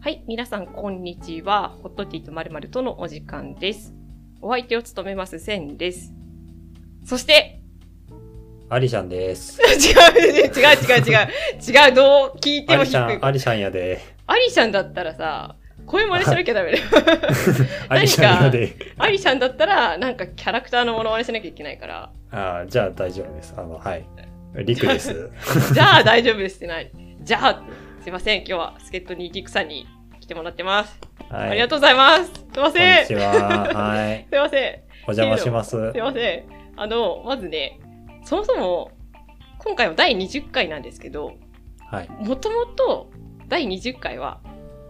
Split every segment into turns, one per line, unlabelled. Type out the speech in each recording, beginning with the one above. はい、皆さんこんにちは。ホットティーとまるまるとのお時間です。お相手を務めますセンです。そして、
アリシャ ンです。
違う、違う、違う、違う、違う、どう聞いて
ア
も
リ
低
シ
い。
ャン、アリシャンやで。
アリシャンだったらさ、声真似しなきゃダ メだよ。
アリシャンやで。
アリシャンだったら、なんかキャラクターのモノマネしなきゃいけないから、
あーじゃあ大丈夫です。あの、はい。リ クです。
じゃあ大丈夫ですってない。じゃあ、すいません、今日は助っ人にリクさんに来てもらってます。
はい。
ありがとうございます。すいま
こん
せん。
にち
すい
は。はい。
ません。
お邪魔します。
すいません。あの、まずね、そもそも、今回は第20回なんですけど、
はい。
もともと第20回は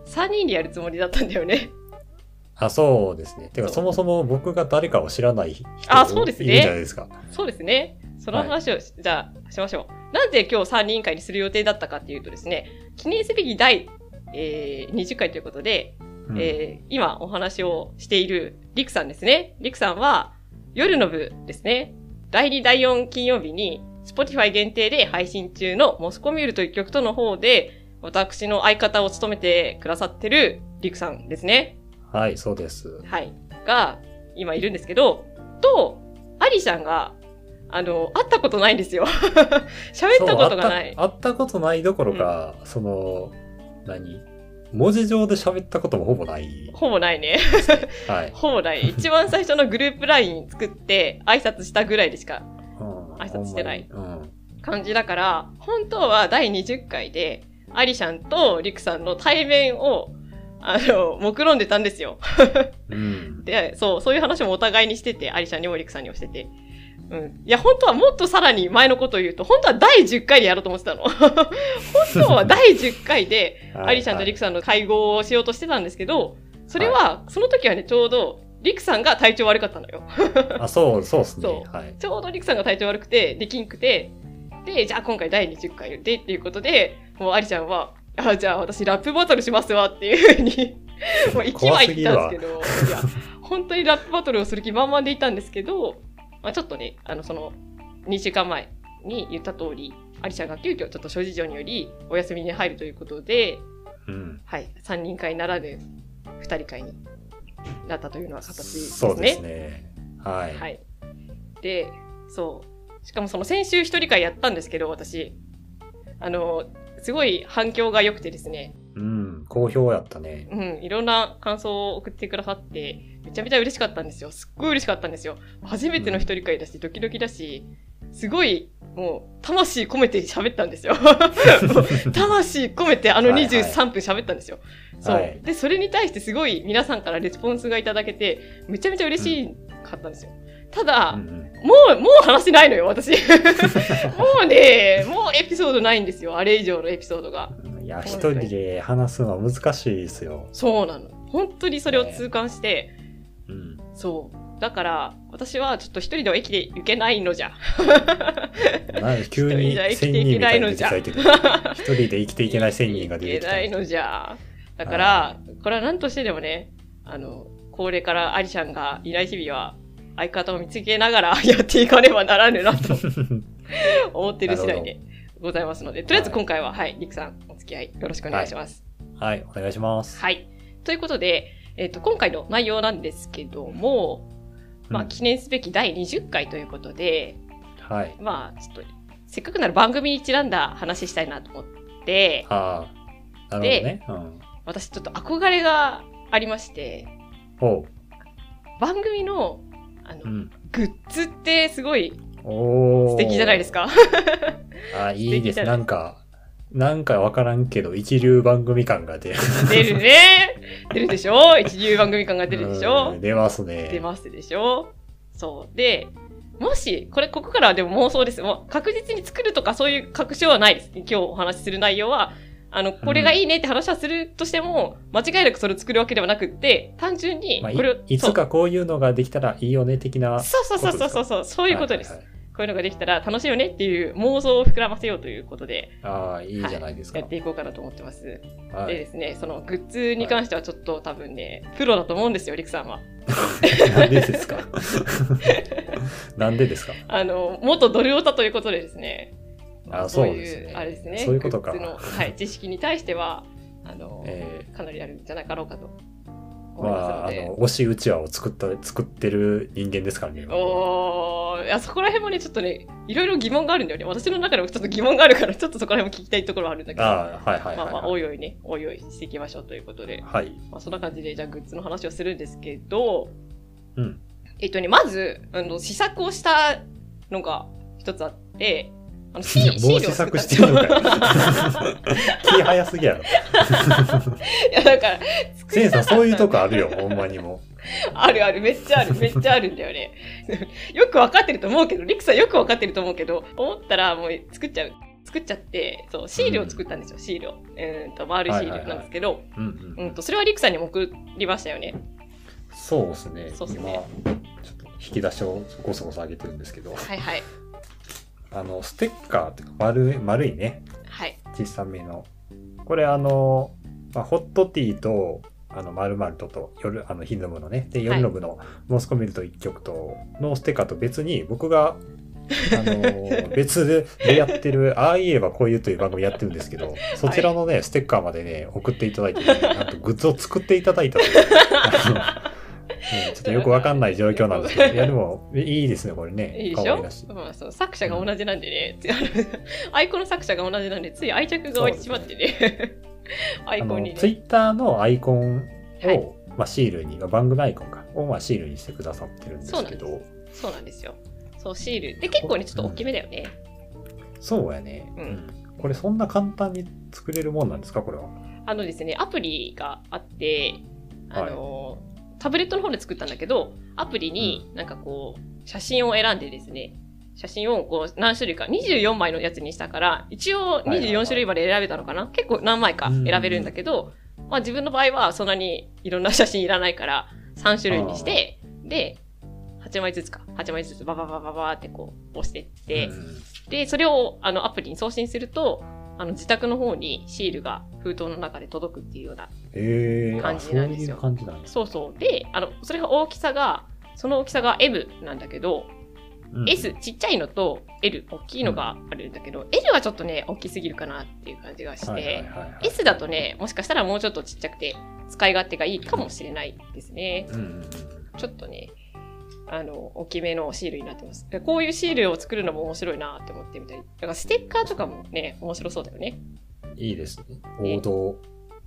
3人でやるつもりだったんだよね。
あ、そうですね。てか、
そう
そもそも僕が誰かを知らない人
あそうですね
いるじゃないですか。
そうですね。その話を、じゃあ、しましょう。なぜ今日3人会にする予定だったかっていうとですね、記念すべき第、えー20回ということで、
うん
えー今お話をしているリクさんですね。リクさんは夜の部ですね。第2、第4金曜日に Spotify 限定で配信中のモスコミュールという曲との方で私の相方を務めてくださってるリクさんですね。
はい、そうです。
はい。が今いるんですけど、と、アリちゃんが、あの、会ったことないんですよ。 喋ったことがない
そう。会った会ったことないどころか、その、何文字上で喋ったこともほぼない。
ほぼないね。
はい。
ほぼない。一番最初のグループライン作って挨拶したぐらいでしか
うん
挨拶してない。
ほんまにうん。
感じだから、本当は第20回で、アリシャンとリクさんの対面を、あの、目論んでたんですよ。
うん。
で、そう、そういう話もお互いにしてて、アリシャンにもリクさんにもしてて。うん。いや、本当はもっとさらに前のことを言うと、本当は第10回でやろうと思ってたの。 本当は第10回で、アリシャンとリクさんの会合をしようとしてたんですけど、それは、その時はね、ちょうど、リクさんが体調悪かったのよ。
あ、そう、そうですね
そ。
はい。
ちょうどリクさんが体調悪くて、できんくて、で、じゃあ今回第20回でっていうことで、もうアリちゃんは、あ、じゃあ私ラップバトルしますわっていうふうに、 もう一
怖
枚
す
言
ぎ
った
る
ん
わ
ですけど、いや、本当にラップバトルをする気満々でいたんですけど、まあちょっとね、あの、その、2週間前に言った通り、アリちゃんが急遽ちょっと諸事情によりお休みに入るということで、
うん。
はい、3人会ならぬ2人会になったというのは形です
そうですね。はい。
はい。で、そう。しかもその先週一人会やったんですけど、私。あの、すごい反響が良くてですね。
うん、好評やった ね。
うん、いろんな感想を送ってくださって、めちゃめちゃ嬉しかったんですよ。すっごい嬉しかったんですよ。初めての一人会だし、ドキドキだし、すごい、もう、魂込めて喋ったん ですよ。魂込めてあの
はいはい
23分喋ったんですよ。
は
そう
い。
で、それに対してすごい皆さんからレスポンスがいただけて、めちゃめちゃ嬉しかったんですよ。ただ、
うんうん
もう、もう話ないのよ、 私。もうね、もうエピソードないんですよ、あれ以上のエピソードが。
いや、一人で話すのは難しいですよ。
そうなの。本当にそれを痛感して、
うん。
そう。だから、私はちょっと一人では生きていけないのじゃ。
なんか急に
一人じゃ生きて
千
い
人
け
み
な
た
い
い
の
な
じゃ
出てきたけど一人で生きていけない千人が出てき た。
いけないのじゃ。だから、これは何としてでもね、あの、これからアリシャンがいない日々は、相方を見つけながら やっていかねばならぬなと思ってる次第でございますので、とりあえず今回は、はい、リクさん、お付き合いよろしくお願いします。
はい、お願いします。
はい。ということで、えっ、と、今回の内容なんですけども、まあ、
うん
記念すべき第20回ということで、
はい。
まあ、ちょっと、せっかくなら番組にちなんだ話したいなと思って、
ああ、なるほどね。
私ちょっと憧れがありまして、
うん。おう。
番組の、あの、
うん。
グッズってすごい
おー
素敵じゃないです。か。
あ、いいです。
素敵じゃな
ないんか、なんかわからんけど、一流番組感が出る。
出るね。出るでしょ一流番組感が出るでしょ
うん出ますね。
出ますでしょそう。で、もし、これ、ここからはでも妄想です。もう確実に作るとかそういう確証はないです。今日お話しする内容は、あの、これがいいねって話はするとしても、間違いなくそれを作るわけではなくって、単純に
まあ、い
これを、
い
そ
つ
う
かこういうのができたらいいよね的な。
そうそうそうそうそうそう、そういうことです、
はい
こういうのができたら楽しいよねっていう妄想を膨らませようということで、
はいはいああ、いいじゃないですか。
やっていこうかなと思ってます。
は
で
い
ですね、そのグッズに関してはちょっと多分ね、プロだと思うんですよ、リクさんは。
なんで ですかなんでですか
あの、元ドルオタということでですね、
あ
そう
そうです
い
ね
う、あれですね、
そういうことか
グッズの、はい、知識に対しては、あの、
え
かなりあるんじゃなかろうかと
ー
思
ま
います
あ、
の
あ
で。
の、推しうちわを作った、作ってる人間ですからね。
おーいやそこら辺もね、ちょっとね、いろいろ疑問があるんだよね。私の中でもちょっと疑問があるから、ちょっとそこら辺も聞きたいところはあるんだけど、
ああ、はいはいはい、はい。
まあまあ、おいおいね、おいおいしていきましょうということで、
はい。
まあ、そんな感じで、じゃあグッズの話をするんですけど、
うん。
えっとね、まず、あの、試作をしたのが一つあって、あの、シーシ ー
もう
ル
試
を作
作
っ
してるのか
た。
よ。 気早すぎや ろ。
いや、だから、
センさん、そういうとこあるよ、ほんまにも
あるある、めっちゃある、めっちゃあるんだよね。よくわかってると思うけど、リクさんよくわかってると思うけど、思ったらもう作っちゃう。作っちゃって、そう、シールを作ったんですよ、シールを。うーんと、丸いシールなんですけど、
う。うんうん。
うんと、それはリクさんにも送りましたよね。
そうですね。
そうっすね
今、ちょっと引き出しをゴソゴソ上げてるんですけど、
はいはい。
あの、ステッカーっていうか、丸い、丸いね、
はい。
小さめの。これ、あの、まあ、ホットティーと、あの、丸々とと、夜、あの、ヒノブのね、で、夜ノブの、モスコミルト一曲と、のステッカーと別に、僕が、あ の、別ででやってる、ああ言えばこういうという番組やってるんですけど、そちらのね、ステッカーまでね、送っていただいて、なんとグッズを作っていただいたと いう。あのねちょっとよくわかんない状況なんですけど、いや、でも、いいですね、これね。
いいでし
可愛
ょ
らしい
まあ、その作者が同じなんでね、 アイコンの作者が同じなんで、つい愛着が湧いてしまってね。 アイ
あ
コン
の
に
ツイ
ね。
ッターのアイコンを、
はい
まあ、シールに、まあ番組アイコンかを、まあ、シールにしてくださってるんですけ
そう
ど
そうなんですよ。そう、シール。で、結構ね、ちょっと大きめだよね。
そうやね、
うん
これそんな簡単に作れるもんなんですかこれは
あのですね、アプリがあって、あの、タブレットの方で作ったんだけど、アプリになんかこう、写真を選んでですね、写真をこう何種類か、24枚のやつにしたから、一応
いはいはい
24種類まで選べたのかな、結構何枚か選べるんだけど、まあ自分の場合はそんなにいろんな写真いらないから、3種類にして、で、8枚ずつか、8枚ずつババババババってこう押してって、
うん
で、それをあのアプリに送信すると、あの自宅の方にシールが封筒の中で届くっていうような。
えー、
感
あ
じ
そう
なんです
い
よ
う感じなんです、
そうそう。で、あの、それが大きさが、その大きさが M なんだけど、
うん、
S ちっちゃいのと L 大きいのがあるんだけど、L はちょっとね、大きすぎるかなっていう感じがして、
はいはいはいはい
S だとね、もしかしたらもうちょっとちっちゃくて、使い勝手がいいかもしれないですね。
うんうんうん
ちょっとね、あの、大きめのシールになってます。でこういうシールを作るのも面白いなって思ってみたり。だからステッカーとかもね、面白そうだよね。
いいですね
え
王道、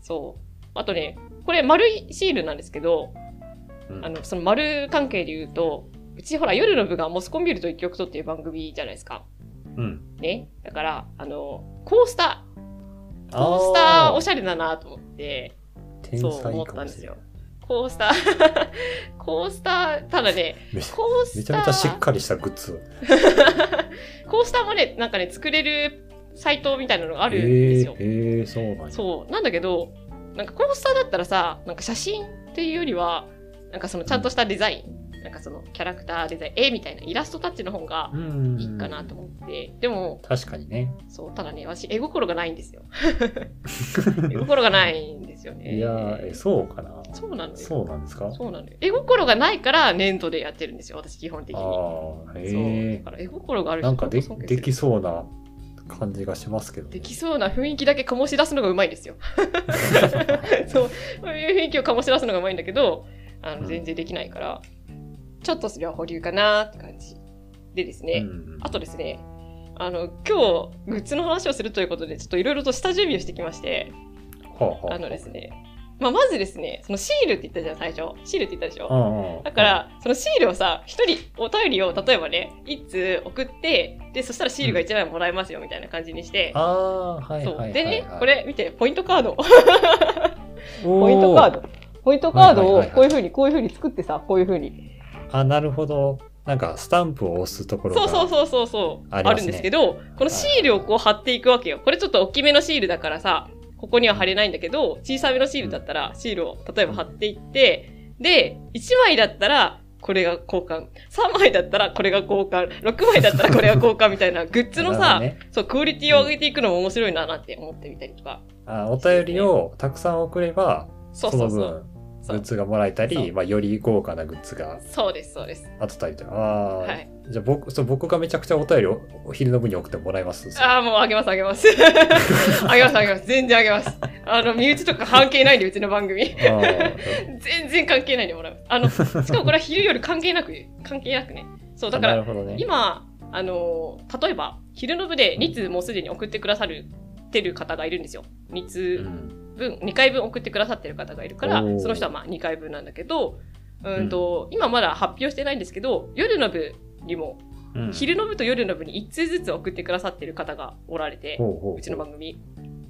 そう。あとね、これ丸いシールなんですけど、
うん
あの、その丸関係で言うと、うちほら夜の部がモスコンビルと一曲とっていう番組じゃないですか。
うん
ね。だから、あの、コースター、コースター
あ
おしゃれだなと思って、
天才
そう思っ
か
た
も
んで
し
す
れ
よ
ない
コースター、コー スター、ただね、
めちゃ
コースター、
めちゃめちゃしっかりしたグッズ
コースターもね、なんかね、作れるサイトみたいなのがあ
あ
るんですよ。
えーえーそうなんや
そう。なんだけど、なんかコースターだったらさ、なんか写真っていうよりは、なんかそのちゃんとしたデザイン、なんかそのキャラクターデザイン、絵みたいなイラストタッチの方が
うんうんうん
いいかなと思って、でも、
確かにね、
そう、ただね、私、絵心がないん ですよ。絵心がないんですよね。
いやーえそうかな
そうなのよ。そう
そうなんですか
なのよ。絵心がないから、粘土でやってるんですよ、私、基本的に。
ああ、
そう。
へ
だから、絵心があ
え。
る
なんかで
人ほど尊敬す
で
る
きそうな感じがしますけど、ね。
できそうな雰囲気だけ醸し出すのがうまいん ですよ。そう、そういう雰囲気を醸し出すのがうまいんだけど、あ
う
の、
ん
全然できないから、ちょっとそれは保留かなって感じでですね。
うん
あとですね、あの、今日、グッズの話をするということで、ちょっといろいろと下準備をしてきまして、
はは
あのですね、まあ、まずですね、そのシールって言ったじゃん、最初。シールって言ったでしょ。
うんうん
だから、そのシールをさ、一人お便りを例えばね、一通送って、で、そしたらシールが一枚もらえますよみたいな感じにして、
ああ、はいはい
そ
はい、は
う。
い。
でね、これ見て、ポイントカード。
お、
ポイントカード。ポイントカードを
はいはいはいはい
こういうふうに、こういうふうに作ってさ、こういうふうに。
あ、なるほど。なんか、スタンプを押すところが。
そうそうそうそうそう。あ
あります
る
ね
んですけど、このシールをこう貼っていくわけよ。これちょっと大きめのシールだからさ、ここには貼れないんだけど、小さめのシールだったら、シールを例えば貼っていって、で、1枚だったら、これが交換。3枚だったらこれが交換。6枚だったらこれが交換みた いな、グッズの
な
さ、
るほどね
そう、クオリティを上げていくのも面白いななんて思ってみたりとか。
あお便りをたくさん送れば、
そ
そう
そうそう。
の
そ
分、グ
う
ッズがもらえた
そう
り、まあ、より豪華なグッズが
そうです、そうです。
あったりとか。ああー、
はい
じゃあ僕、そう僕がめちゃくちゃお便りをお昼の部に送ってもらえます。
ああ、もうあげます、あげます。あげます、あげます。全然あげます。あの、身内とか関係ないんで、うちの番組。
あー
全然関係ないんでもらう。あの、しかもこれは昼夜関係なく、関係なくね。そう、だか
な
ら、
るほどね。
今、あの、例えば、昼の部で2通もうすでに送ってくださる、てる方がいるんですよ。2
う
通
ん
分、2回分送ってくださってる方がいるから
おー、
その人はまあ2回分なんだけど、うんと、今まだ発表してないんですけど、夜の部にも、
うん
昼の部と夜の部に1通ずつ送ってくださってる方がおられて、
ほうほうほう
うちの番組。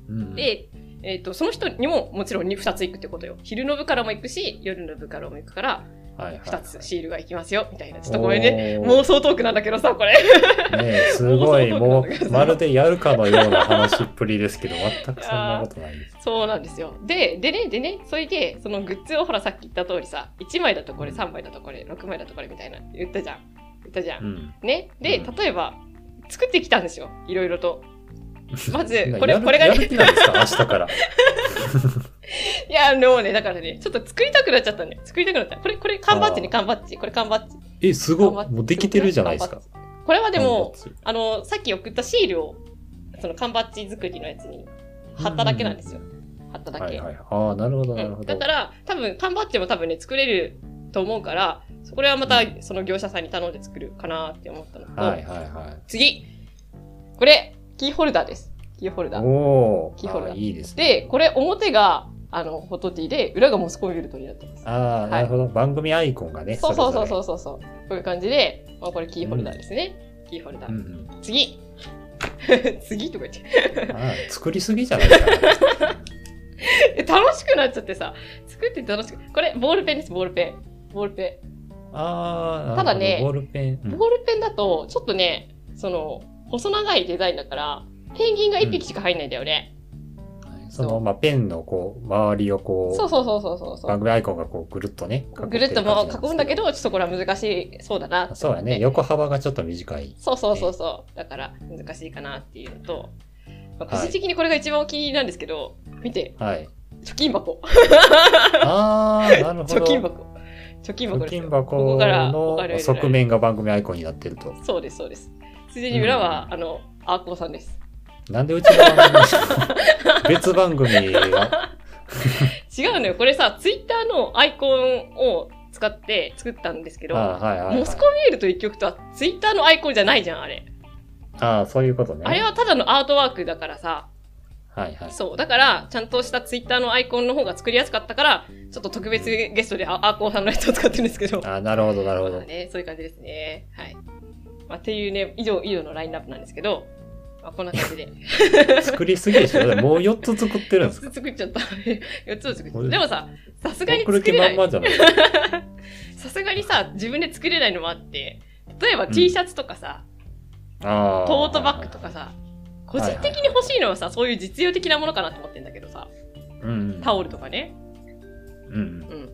うん
で、えー、とその人にももちろん2つ行くってことよ昼の部からも行くし夜の部からも行くから
はいはいはい
2つシールが行きますよみたいなちょっとごめんね
おー
妄想トークなんだけどさこれ
ねえすご い、
妄想
も
トーク
う、まるでやるかのような話っぷりですけど、全くそん
いや
な
ー
ことないです。
そうなんですよででねでねそれでそのグッズをほらさっき言った通りさ1枚だとこれ3枚だとこれ6枚だとこれみたいな言ったじゃん言ったじゃん、
うん。
ねで
うん
例えば作ってきたんですよいろいろとま ずこ
や
れ
る
これが
や
ね
る気なんですか、明日 から。
いやでもねだからねちょっと作りたくなっちゃったね作りたくなったこれこれ缶バッジね
あー
缶バッジこれ缶バッジ
え、す
頑張
ご
っ
い。もうできてるじゃないですか。
これはで
頑張
も
っ、てる
あの、さっき送ったシールを、その缶バッジ作りのやつに貼っただけなんですよ。貼っただけ。
はいはい。ああ、なるほど、なる
うん
ほど。
だから、多分缶バッジも多分ね、作れると思うから、そこれはま
う
たその業者さんに頼んで作るかなって思ったのと、
はいはいはい。
次これ、キーホルダーです。キーホルダー。
お
キーホル
ー、
ダ
あ
ー
ーいいです
で、
ね。
これ表が、あの、ホットティーで、裏がモスコミュルトになってます。
ああ、なるほど。番組アイコンがね、
そうそうそう
れぞ
そうそうそう。こういう感じで、まあ、これキーホルダーですね。キーホルダ
れ
ー。
うんうん
次 次とか言って。
あー作りすぎじゃないですか。
え楽しくなっちゃってさ作ってて楽しくこれボールペンですボールペンボールペ
ああ、
ただね
なるほどボールペン。う
ン
ん
ボールペンだとちょっとねその細長いデザインだからペンギンが1匹しか入んないんだよね、
その、まあ、ペンのこう、周りをこ
そうそうそうそうそう
う、
そ
番
う
組アイコンがこう、ぐるっとね、
ぐるっともう囲うんだけ
ど。
どちょっとこれは難しいそうだな
そうやね。横幅がちょっと短い。
そうそうそうそうだから難しいかなっていうのと、まあ個人的にこれが一番お気に入りなんですけど見て
はい。
貯金箱
ああ、なるほど。
貯金箱貯金箱
貯
ですよ
金
こ
箱
こからお金を入れ
の
られる
側面が番組アイコンになってると。
そうですそうですついでに裏は、あのアーコーさんです
なんでうちの 番組別番組が。
違うのよ。これさ、ツイッターのアイコンを使って作ったんですけ
あ
ど、
あ、はいはい、はい
モスコミュールと一曲とはツイッターのアイコンじゃないじゃん、あれ。
ああ、そういうことね。
あれはただのアートワークだからさ、
はいはい。
そう。だから、ちゃんとしたツイッターのアイコンの方が作りやすかったから、ちょっと特別ゲストでアアーコンさんのやつを使ってるんですけど。
ああ、なるほど、なるほ
ま
ど
あ。ね、そういう感じですね。はい。まあ、っていうね、以上、以上のラインナップなんですけど、まあ、こんな感じで。
作りすぎでしょだってもう4つ作ってるんですか
作っちゃった。4つを 作っちゃ
こ
った。
れ
でもさ、さすがに
送る
作
気
れな
満
い。
々じゃないですか。
さすがにさ自分で作れないのもあって例えば T シャツとかさ、
ああ。
トートバッグとかさ個人的に欲しいのはさそういう実用的なものかなと思ってんだけどさ
うんうん。
タオルとかね
うん
うん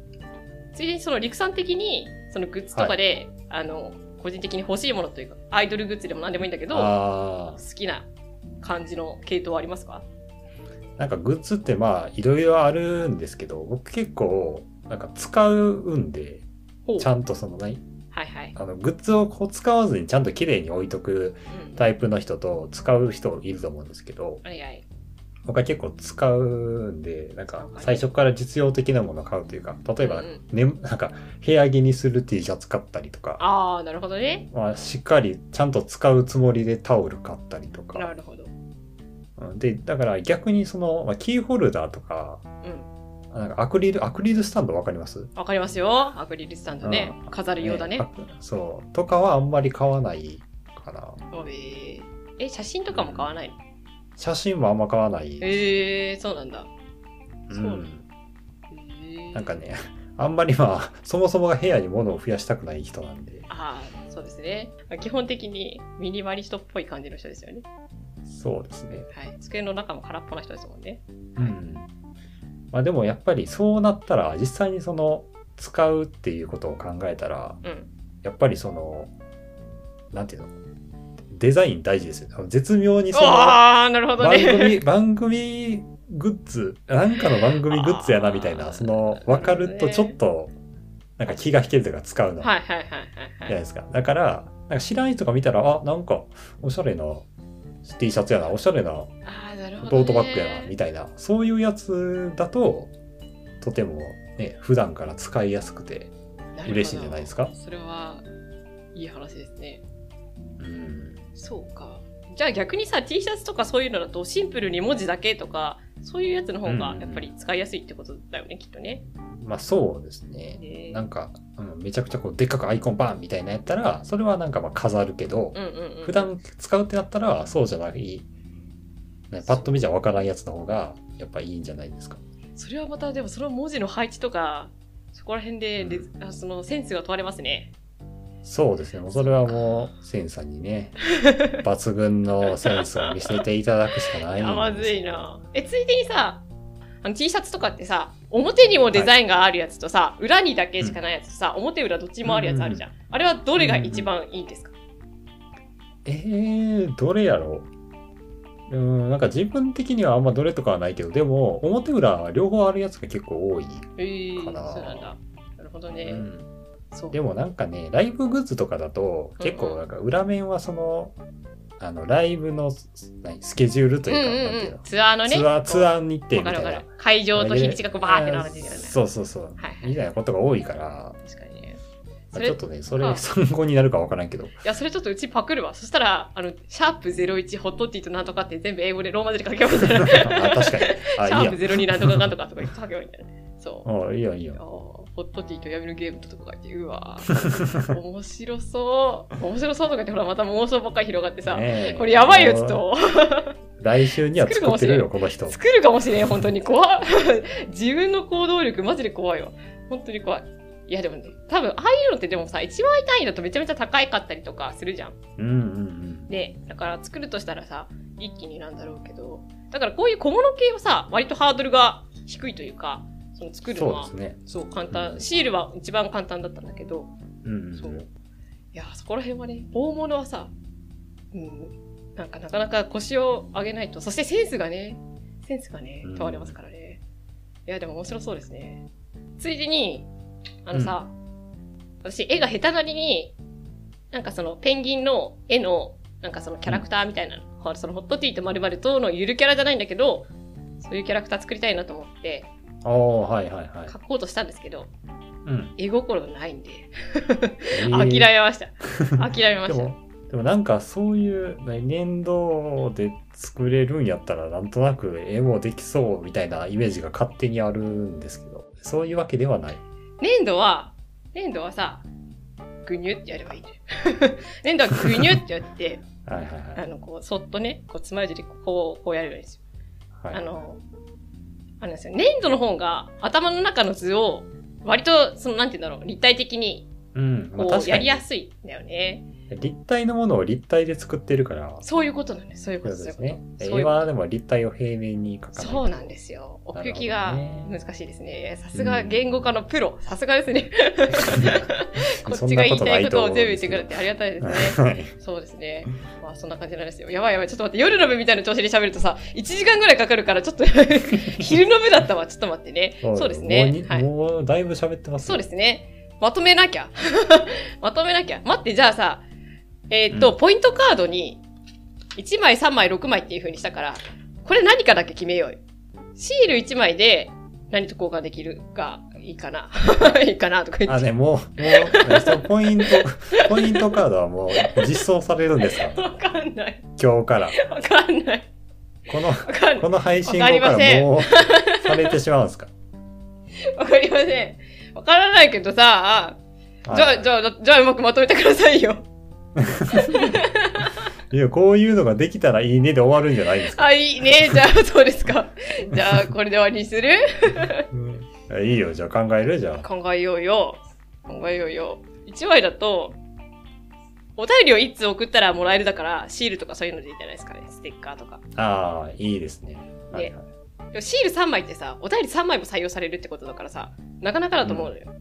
ついでにその陸さん的にそのグッズとかで、あの個人的に欲しいものというかアイドルグッズでも何でもいいんだけ
うん。
ど
ああ
好。きな感じの系統はありますか
なんかグッズってまあ、いろいろあるんですけど、僕結構、なんか使うんで、
ほう
ちゃんとその何
はいはい、
あの、グッズをこう使わずにちゃんと綺麗に置いとく
うん、
タイプの人と使う人いると思うんですけど、
はいはい
僕は結構使うんで、なんか最初から実用的なものを買うというか、例えば、
うんうん
ね、なんか部屋着にする T シャツ買ったりとか、
ああなるほどね
まあ、しっかりちゃんと使うつもりでタオル買ったりと
な
か。
るほど、
うんで、だから逆にその、まあ、キーホルダーとか、
うん、
なんかアクリル、アクリルスタンドわかります
わかりますよアクリルスタンドね飾るようだね
あそう。とかはあんまり買わないかな。
おえーえ写真とかも買わないの、
写真もあんま買わない。
えー、そうなんだ、そう
う
なん
ん
えー
なんかね、あんまりまあ、そもそもが部屋に物を増やしたくない人なんで、
ああそうですね基本的にミニマリストっぽい感じの人ですよね、
そうですね。
はい、机の中も空っぽな人ですもんね
うん。まあでもやっぱりそうなったら、実際にその、使うっていうことを考えたら、
うん
やっぱりその、なんていうの、デザイン大事ですよね。あの絶妙にその、
ああなるほど
番
ね
組、番組グッズ、なんかの番組グッズやなみたい
あ
な、
ー
その、わかるとちょっと、なんか気が引けるというか使うの。
はいはいはい
じゃ
はい
な
はい
いですか。だから、なんか知らない人が見たら、あ、なんか、おしゃれな T シャツやな、おしゃれな
ああなるるほど
ト
ね
ートバッグやなみたいなそういうやつだととてもね普段から使いやすくて、
なるほど
嬉しいんじゃないですか
それはいい話ですね
うん、
そうかじゃあ逆にさ T シャツとかそういうのだとシンプルに文字だけとかそういうやつの方がやっぱり使いやすいってことだよね、きっとね
まあそうですね
へー
なんか、うん、めちゃくちゃこうでっかくアイコンバンみたいなやったらそれはなんかまあ飾るけど、
うんうん、うん、
普段使うってなったらそうじゃない、ね、パッと見じゃわからんやつの方がやっぱいいんじゃないですか
それはまたでもその文字の配置とかそこら辺で、であそのセンスが問われますね
そうですね。もうそれはもう、センさんに ね、抜群のセンスを見せていただくしかないんですよ
あまずいな。えついでにさあの T シャツとかってさ表にもデザインがあるやつとさ、裏にだけしかないやつとさ、表裏どっちもあるやつあるじゃん、あれはどれが一番いいんですか、
えー、どれやろううーん、なんか自分的にはあんまどれとかはないけど、でも、表裏両方あるやつが結構多い。
えー、そ
か
う
な
なんだなるほどね、
うん
そう
でもなんかね、ライブグッズとかだと、結構なんか裏面はその、あの、ライブの、何スケジュールと
うんうん
いうか、なんてい
う
う
ん
の、
ツアーのね
ツアー、
こう
ツアー日程み
わか
たい
るわか
な
る。会場と日にちがこうバーって並んでるよね
そうそうそう。
はいはい
みたいなことが多いから、
確かにね
ま
そ
あ
れ
ちょっとね、それ
あ
参考になるかわからん けど。
いや、それちょっとうちパクるわ。そしたら、あの、シャープ01ホットティーとなんとかって全部英語でローマ字で書けようみたいな。シ
あ確かに。あ、い
ャ
い
ー
や
プ。02なんとかなんとかとか書けようみたいな。そう。
あいいよいい
いやー
よ。
ホットティーと闇のゲームとか書いて、うわー 面白そう。面白そうとか言って、ほら、また妄想ばっかり広がってさ。
ねえ
これやばいよ、ちょっ。
も
と。
う来週には作ってるよ、この人。
作るかもしれん、本当に。怖い。 自分の行動力、マジで怖いわ。本当に怖い。いや、でもね、多分、ああいうのってでもさ、1枚単位だとめちゃめちゃ高いかったりとかするじゃん。
うんうん
でだから作るとしたらさ一気になんだろうけどだからこういう小物系はさ割とハードルが低いというかその
う
作
ん。
るの
そう
は
で
そ
す
う,、
ね。
簡
うん
単シールは一番簡単だったんだけど
うんうん。
そううんいやーそこら辺はね大物はさ、うん、なんかなかなか腰を上げないとそしてセンスがねセンスがね
うん
問われますからね、いやでも面白そうですねついでにあのさ、私絵が下手なりになんかそのペンギンの絵のなんかそのキャラクターみたいなの、ほらそのホットティーとまるまるとのゆるキャラじゃないんだけどそういうキャラクター作りたいなと思って
ああ、はいはいはい。
描こうとしたんですけど
うん。
絵心がないんで、
え
諦
ー
めました諦めま
で
した
も、でもなんかそういう、何年度で作れるんやったら、なんとなく絵もできそうみたいなイメージが勝手にあるんですけど、そういうわけではない。
粘土は、粘土はさ、ぐにゅってやればいいね。 粘土はぐにゅってやって、
はいはいは
あ
い。
の、こう、そっとね、こう、つまようじでこう、こうやればいいんですよ。
はい、
あの、あれなんですよ。粘土の方が、頭の中の図を、割と、その、なんて言うんだろう、立体的に、
うん、まあ
こ
確
う、
か
や
に
りやすいんだよね。
立体のものを立体で作ってるから、
そういうことなんです。そういう
そ
こ
う
と
い
で
うこと
す
で
よ
す。ね。
そういうこと
絵はでも立体を平面に描かないと。
そうなんですよ。奥行きが
なるほどね
難しいですね。さすが言語化のプロ。さすがですね。こ
そ
っ
ん
ち
な
が言
こ
い
と
た
ないい
ことと
思
を
うん
全部言っ
ですけ
て
ど
くれてありがたいですね。
はい
そうですね。まあそんな感じなんですよ。やばいやばい。ちょっと待って。夜の部みたいな調子で喋るとさ、1時間ぐらいかかるから、ちょっ と、昼の部だったわ。ちょっと待ってね。そうです
もう
ね
に。
はい。
もうだいぶ喋ってます
そうです
ね。
ね。まとめなきゃ。 まとめなきゃ。待って、じゃあさ、えーっと、
うん
ポイントカードに、1枚、3枚、6枚っていう風にしたから、これ何かだけ決めようよ。シール1枚で何と交換できるかいいかな。 いいかなと か言
あ、
って。
ね、もう、もう、そのポイント、ポイントカードはもう実装されるんですか
わかんない。
今日から。
わかんない。
この、
わかんない
この配信後
わかり
か
ませ
ら
ん
もう、されてしまうんですか
わかりません。わからないけどさ、 じゃあ、じ
ゃ
ゃあ、だじゃあうまくまとめてくださいよ。
いや、こういうのができたらいいねで終わるんじゃないですか。
あ、いいね。じゃあ、そうですか。じゃあ、これで終わりにする
うんいいよ、じゃあ考えるじゃあ。
考えようよ。考えようよ。1枚だと、お便りを1通送ったらもらえるだから、シールとかそういうのでいいじゃないですかね。ステッカーとか。
ああ、いいですね。はいはい
でもシール3枚ってさ、お便り3枚も採用されるってことだからさ、なかなかだと思うのよ。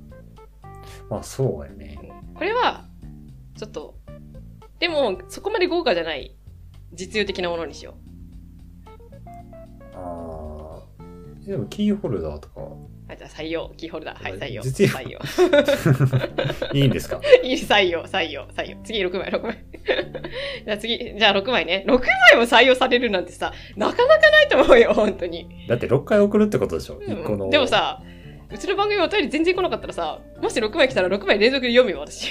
まあ、そうやね。
これは、ちょっと、でも、そこまで豪華じゃない、実用的なものにしよう。
ああ。でもキーホルダーとか
あじゃあ採用、キーホルダー。はい、採用。
実用
採用。
いいんですか
いい、採用、採用、採用。次6枚、6枚。 じゃあ次、じゃあ6枚ね。6枚も採用されるなんてさ、なかなかないと思うよ、本当に。
だって6回送るってことでしょ、
うん
一個の。
でも、さ、うちの番組お便り全然来なかったらさ、もし6枚来たら6枚連続で読むよ、私。
い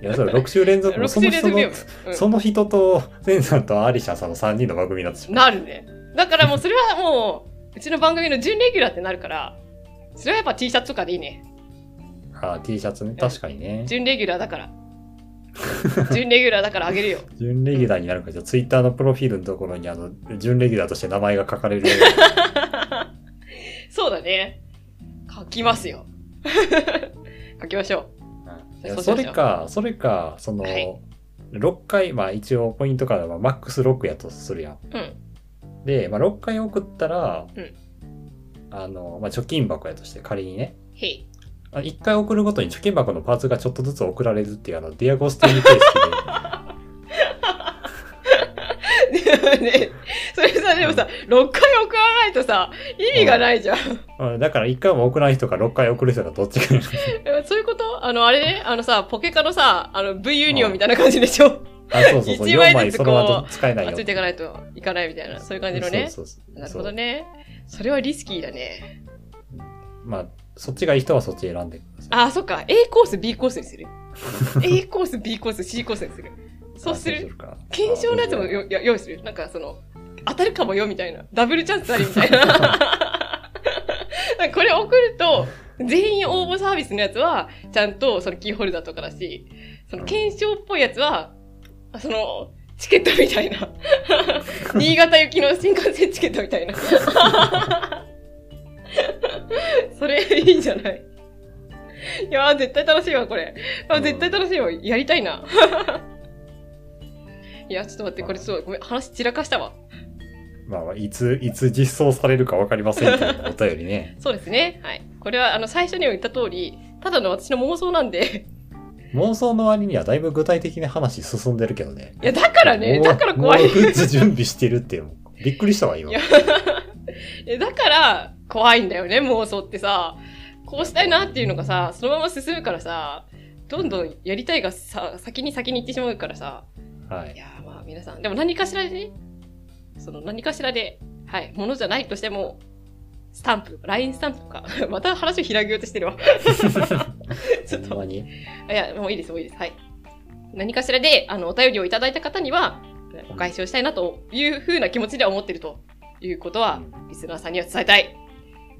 や、それ6週連続、
6
そ
週
の
連
人
続
の
で読む。
その人と、ゼンさんとアリシャさんの3人の番組になってし
うん、
まう。
なるね。だからもうそれはもう、うちの番組の準レギュラーってなるから、それはやっぱ T シャツとかでいいね。
あー T シャツね。確かにね。
準レギュラーだ から。準レギュラーだからあげるよ。
準レギュラーになるから、じゃあツイッターのプロフィールのところに、あの、準レギュラーとして名前が書か れるように。
そうだね。書きますよ。 書きましょ
いや
そうし
そ
まし
れ
ょう
か、それか、その、
はい
6回、まあ一応ポイントからはマックス6やとするやん。
う。うん。
で、まあ、6回送ったら、
うん
あの、まあ、貯金箱やとして仮にね、
へい。
あ1回送るごとに貯金箱のパーツがちょっとずつ送られるっていうあの、ディアゴスティーニ形式
ねそれさ、でもさ、6回送らないとさ、意味がないじゃん。
で うん。だから1回も送らない人か6回送る人かどっちかに。
え そういうことあの、あれね、あのさ、ポケカのさ、あの、V ユニオンみたいな感じでしょ
あ、そうそうそう。
一枚
4枚
ずつこ
そうの後使えないよ。
ついていかないといかないみたいな、そういう感じのね。
そうそうそう
なるほどね。それはリスキーだね。
そうまあ、そっちがいい人はそっち選んでください。
あ、そっか。A コース、B コースにす る。A コース、B コース、C コースにする。そうす
あ
る。
か
検証のやつも
あ
よよ用意する。なんかその、当たるかもよみたいな。ダブルチャンスありみたいな。 なんかこれ送ると、全員応募サービスのやつは、ちゃんとそのキーホルダーとかだし、その検証っぽいやつは、その、チケットみたい な。新潟行きの新幹線チケットみたいな。 それいいんじゃないいやー、絶対楽しいわ、これ。あ絶対楽しいわ。やりたいな。いや、ちょっと待って、これそう、ごめん、話散らかしたわ。
まあまあ、いつ、いつ実装されるかわかりませんけど、お便 りね。
そうですね。はい。これは、あの、最初にも言った通り、ただの私の妄想なんで。
妄想の割にはだいぶ具体的な話進んでるけどね。
いや、だからね、
もう
だから 怖い。
もうグッズ準備してるっていう。びっくりしたわ、今
い。やえだから、怖いんだよね、妄想ってさ。こうしたいなっていうのがさ、そのまま進むからさ、どんどんやりたいがさ、先に先に行ってしまうからさ。
は いい。
やーまあ皆さん、でも何かしらでね、その何かしらで、はい、ものじゃないとしても、スタンプ、LINE スタンプとか、 また話を開きようとしてるわ。 ちょっ
ほん
と
ま、に。
いや、もういいです、もういいです。はい。何かしらで、あの、お便りをいただいた方には、お返しをしたいなというふうな気持ちでは思ってるということは、リスナーさんには伝えたい。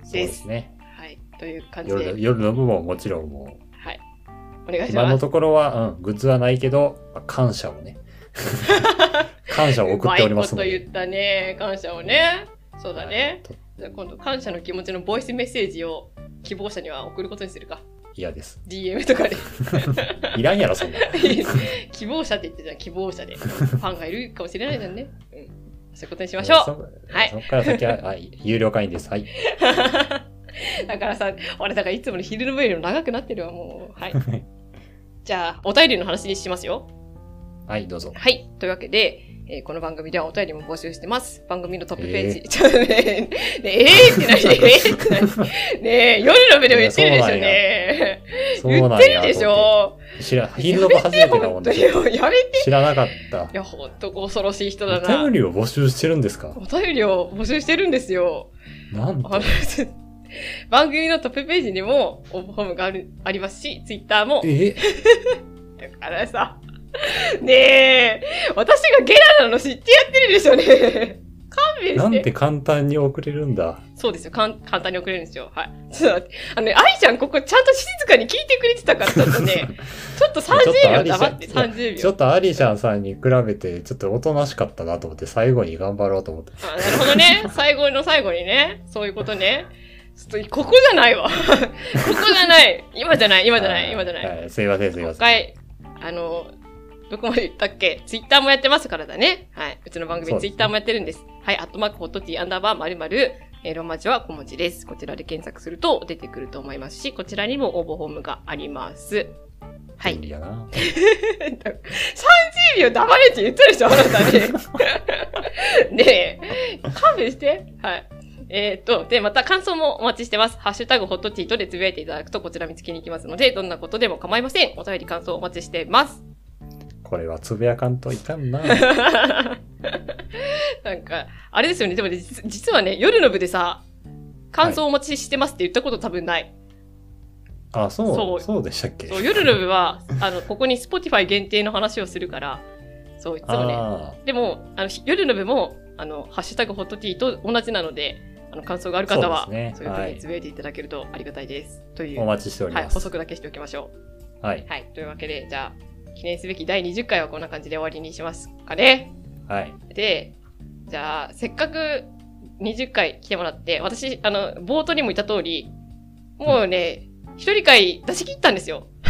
そうですね。
はい。という感じ
夜の
で、
夜の部ももちろんもう、
はい。お 願いし
今
ま
の
す。
ところは、うん、グッズはないけど、まあ感謝を ね。感謝を送っております
う
の
まいこと
で。
言ったね。感謝をね。そうだね。
はい。と
じゃあ今度、感謝の気持ちのボイスメッセージを希望者には送ることにするか。
嫌です。
DM とかで。
いらんやろ、そんな。
希望者って言ってたじゃん、希望者で。ファンがいるかもしれないじゃんね。うん。そういうことにしましょう。
う
はい
そっから先は、はい、有料会員です。はい。
だからさ、俺だからいつもの昼の部よりも長くなってるわ、もう。はい。じゃあ、お便りの話にしますよ。
はい、どうぞ。
はい。というわけで、えーこの番組ではお便りも募集してます。番組のトップページ。
え
ちょっとね、ねえーって何えーって何ねえ、夜の目でも言ってるでしょね。
そう
言
な
っ
ん
てる
や
でしょ。
知ら、昼の部初めてだも
本
ん
当
ね
に。よやめて。
知らなかった
い。や、ほんと恐ろしい人だ
お便
な。
りを募集してるんですか
お便りを募集してるんですよ。
なんと
あの 番組のトップページにも応募フォームがあるありますし、ツイッターも。
え
あれさ、ねえ、私がゲラなの知ってやってるでしょね。勘弁
な
し
ん
て。
て簡単に送れるんだ。
そうですよかん。簡単に送れるんですよ。はい。ちょっと待って。あのね、愛ちゃんここちゃんと静かに聞いてくれてたから、ちょっと ね、ちょっと30秒黙って、
ちょっとア
30
ちょ
秒。
っとアリシャンさんに比べて、ちょっとおとなしかったなと思って、最後に頑張ろうと思って。
あなるほどね。最後の最後にね。そういうことね。ちょっと、ここじゃないわ。こ こじゃない。今じゃない、今じゃない、今じゃない。
はい。すいません、すいま
今
せん。
回、あの、どこまで言ったっけツイッターもやってますからだね。はい。うちの番
そ
組
う
ツ
です
イ
ね
ッターもやってるんです。はい。アットマークホットティーアンダーバーまるまる、えーローマ字は小文字です。こちらで検索すると出てくると思いますし、こちらにも応募フォームがあります。は
便
い。
利やな。
30秒黙れって言ったでしょあなたね。ねえ。勘弁して。はい。えーっと、で、また感想もお待ちしてます。ハッシュタグホットティートでつぶやいていただくとこちら見つけに行きますので、どんなことでも構いません。お便り感想お待ちしてます。
これはつぶやかんといかんな。
なんか、あれですよね。でもね実実はね、夜の部でさ、感想お待ちしてますって言ったこと多分ない。
あ、そう、
そ
そううでしたっけ
そう夜の部は、あの、ここに Spotify 限定の話をするから、そう、いつもね。
あ
でも、あの、ひ夜の部も、あの、ハッシュタグホットティーと同じなので、あの、感想がある方は、そ,、
そううですね
いうふう
は
に
い
つぶやいていただけるとありがたいです。とい
ーお
う、
待ちしており
はい、
ます。
補足だけしておきましょ
はい。
う。はい、というわけで、じゃあ、記念すべき第20回はこんな感じで終わりにしますかね。
はい。
で、じゃあ、せっかく20回来てもらって、私、あの、冒頭にも言った通り、もうね、一人会出し切ったんですよ。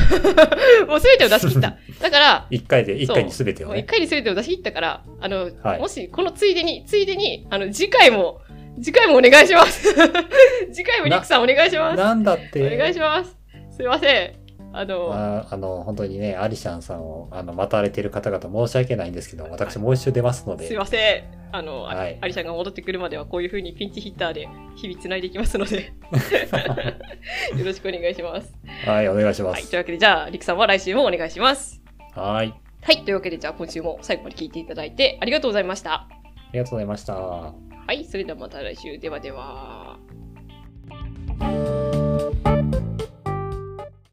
もう全てを出し切った。だから、
一回で、一回に
そ
全てを
もう一
ね。
回に全てを出し切ったから、あの、
はい
もし、このついでに、ついでに、あの、次回も、次回もお願いします。 次回もリクさんお願いします。
なんだって。
お願いします。すいません。あの、
まあ、あの、本当にね、アリシャンさんを、あの、待たれてる方々申し訳ないんですけど、私もう一周出ますの
すい
で、
ません。あの、あ
はい
アリちゃんが戻ってくるまではこういう風にピンチヒッターで日々つないでいきますの で、よろしくお願いします。
はい、お願いしま
はい。と
す
いう。わけで、じゃあ、リクさんは来週もお願いします。
はい。
はい。というわけで、じゃあ、今週も最後まで聞いていただいてありがとうございました。
ありがとうございました。
はい。それではまた来週。ではでは。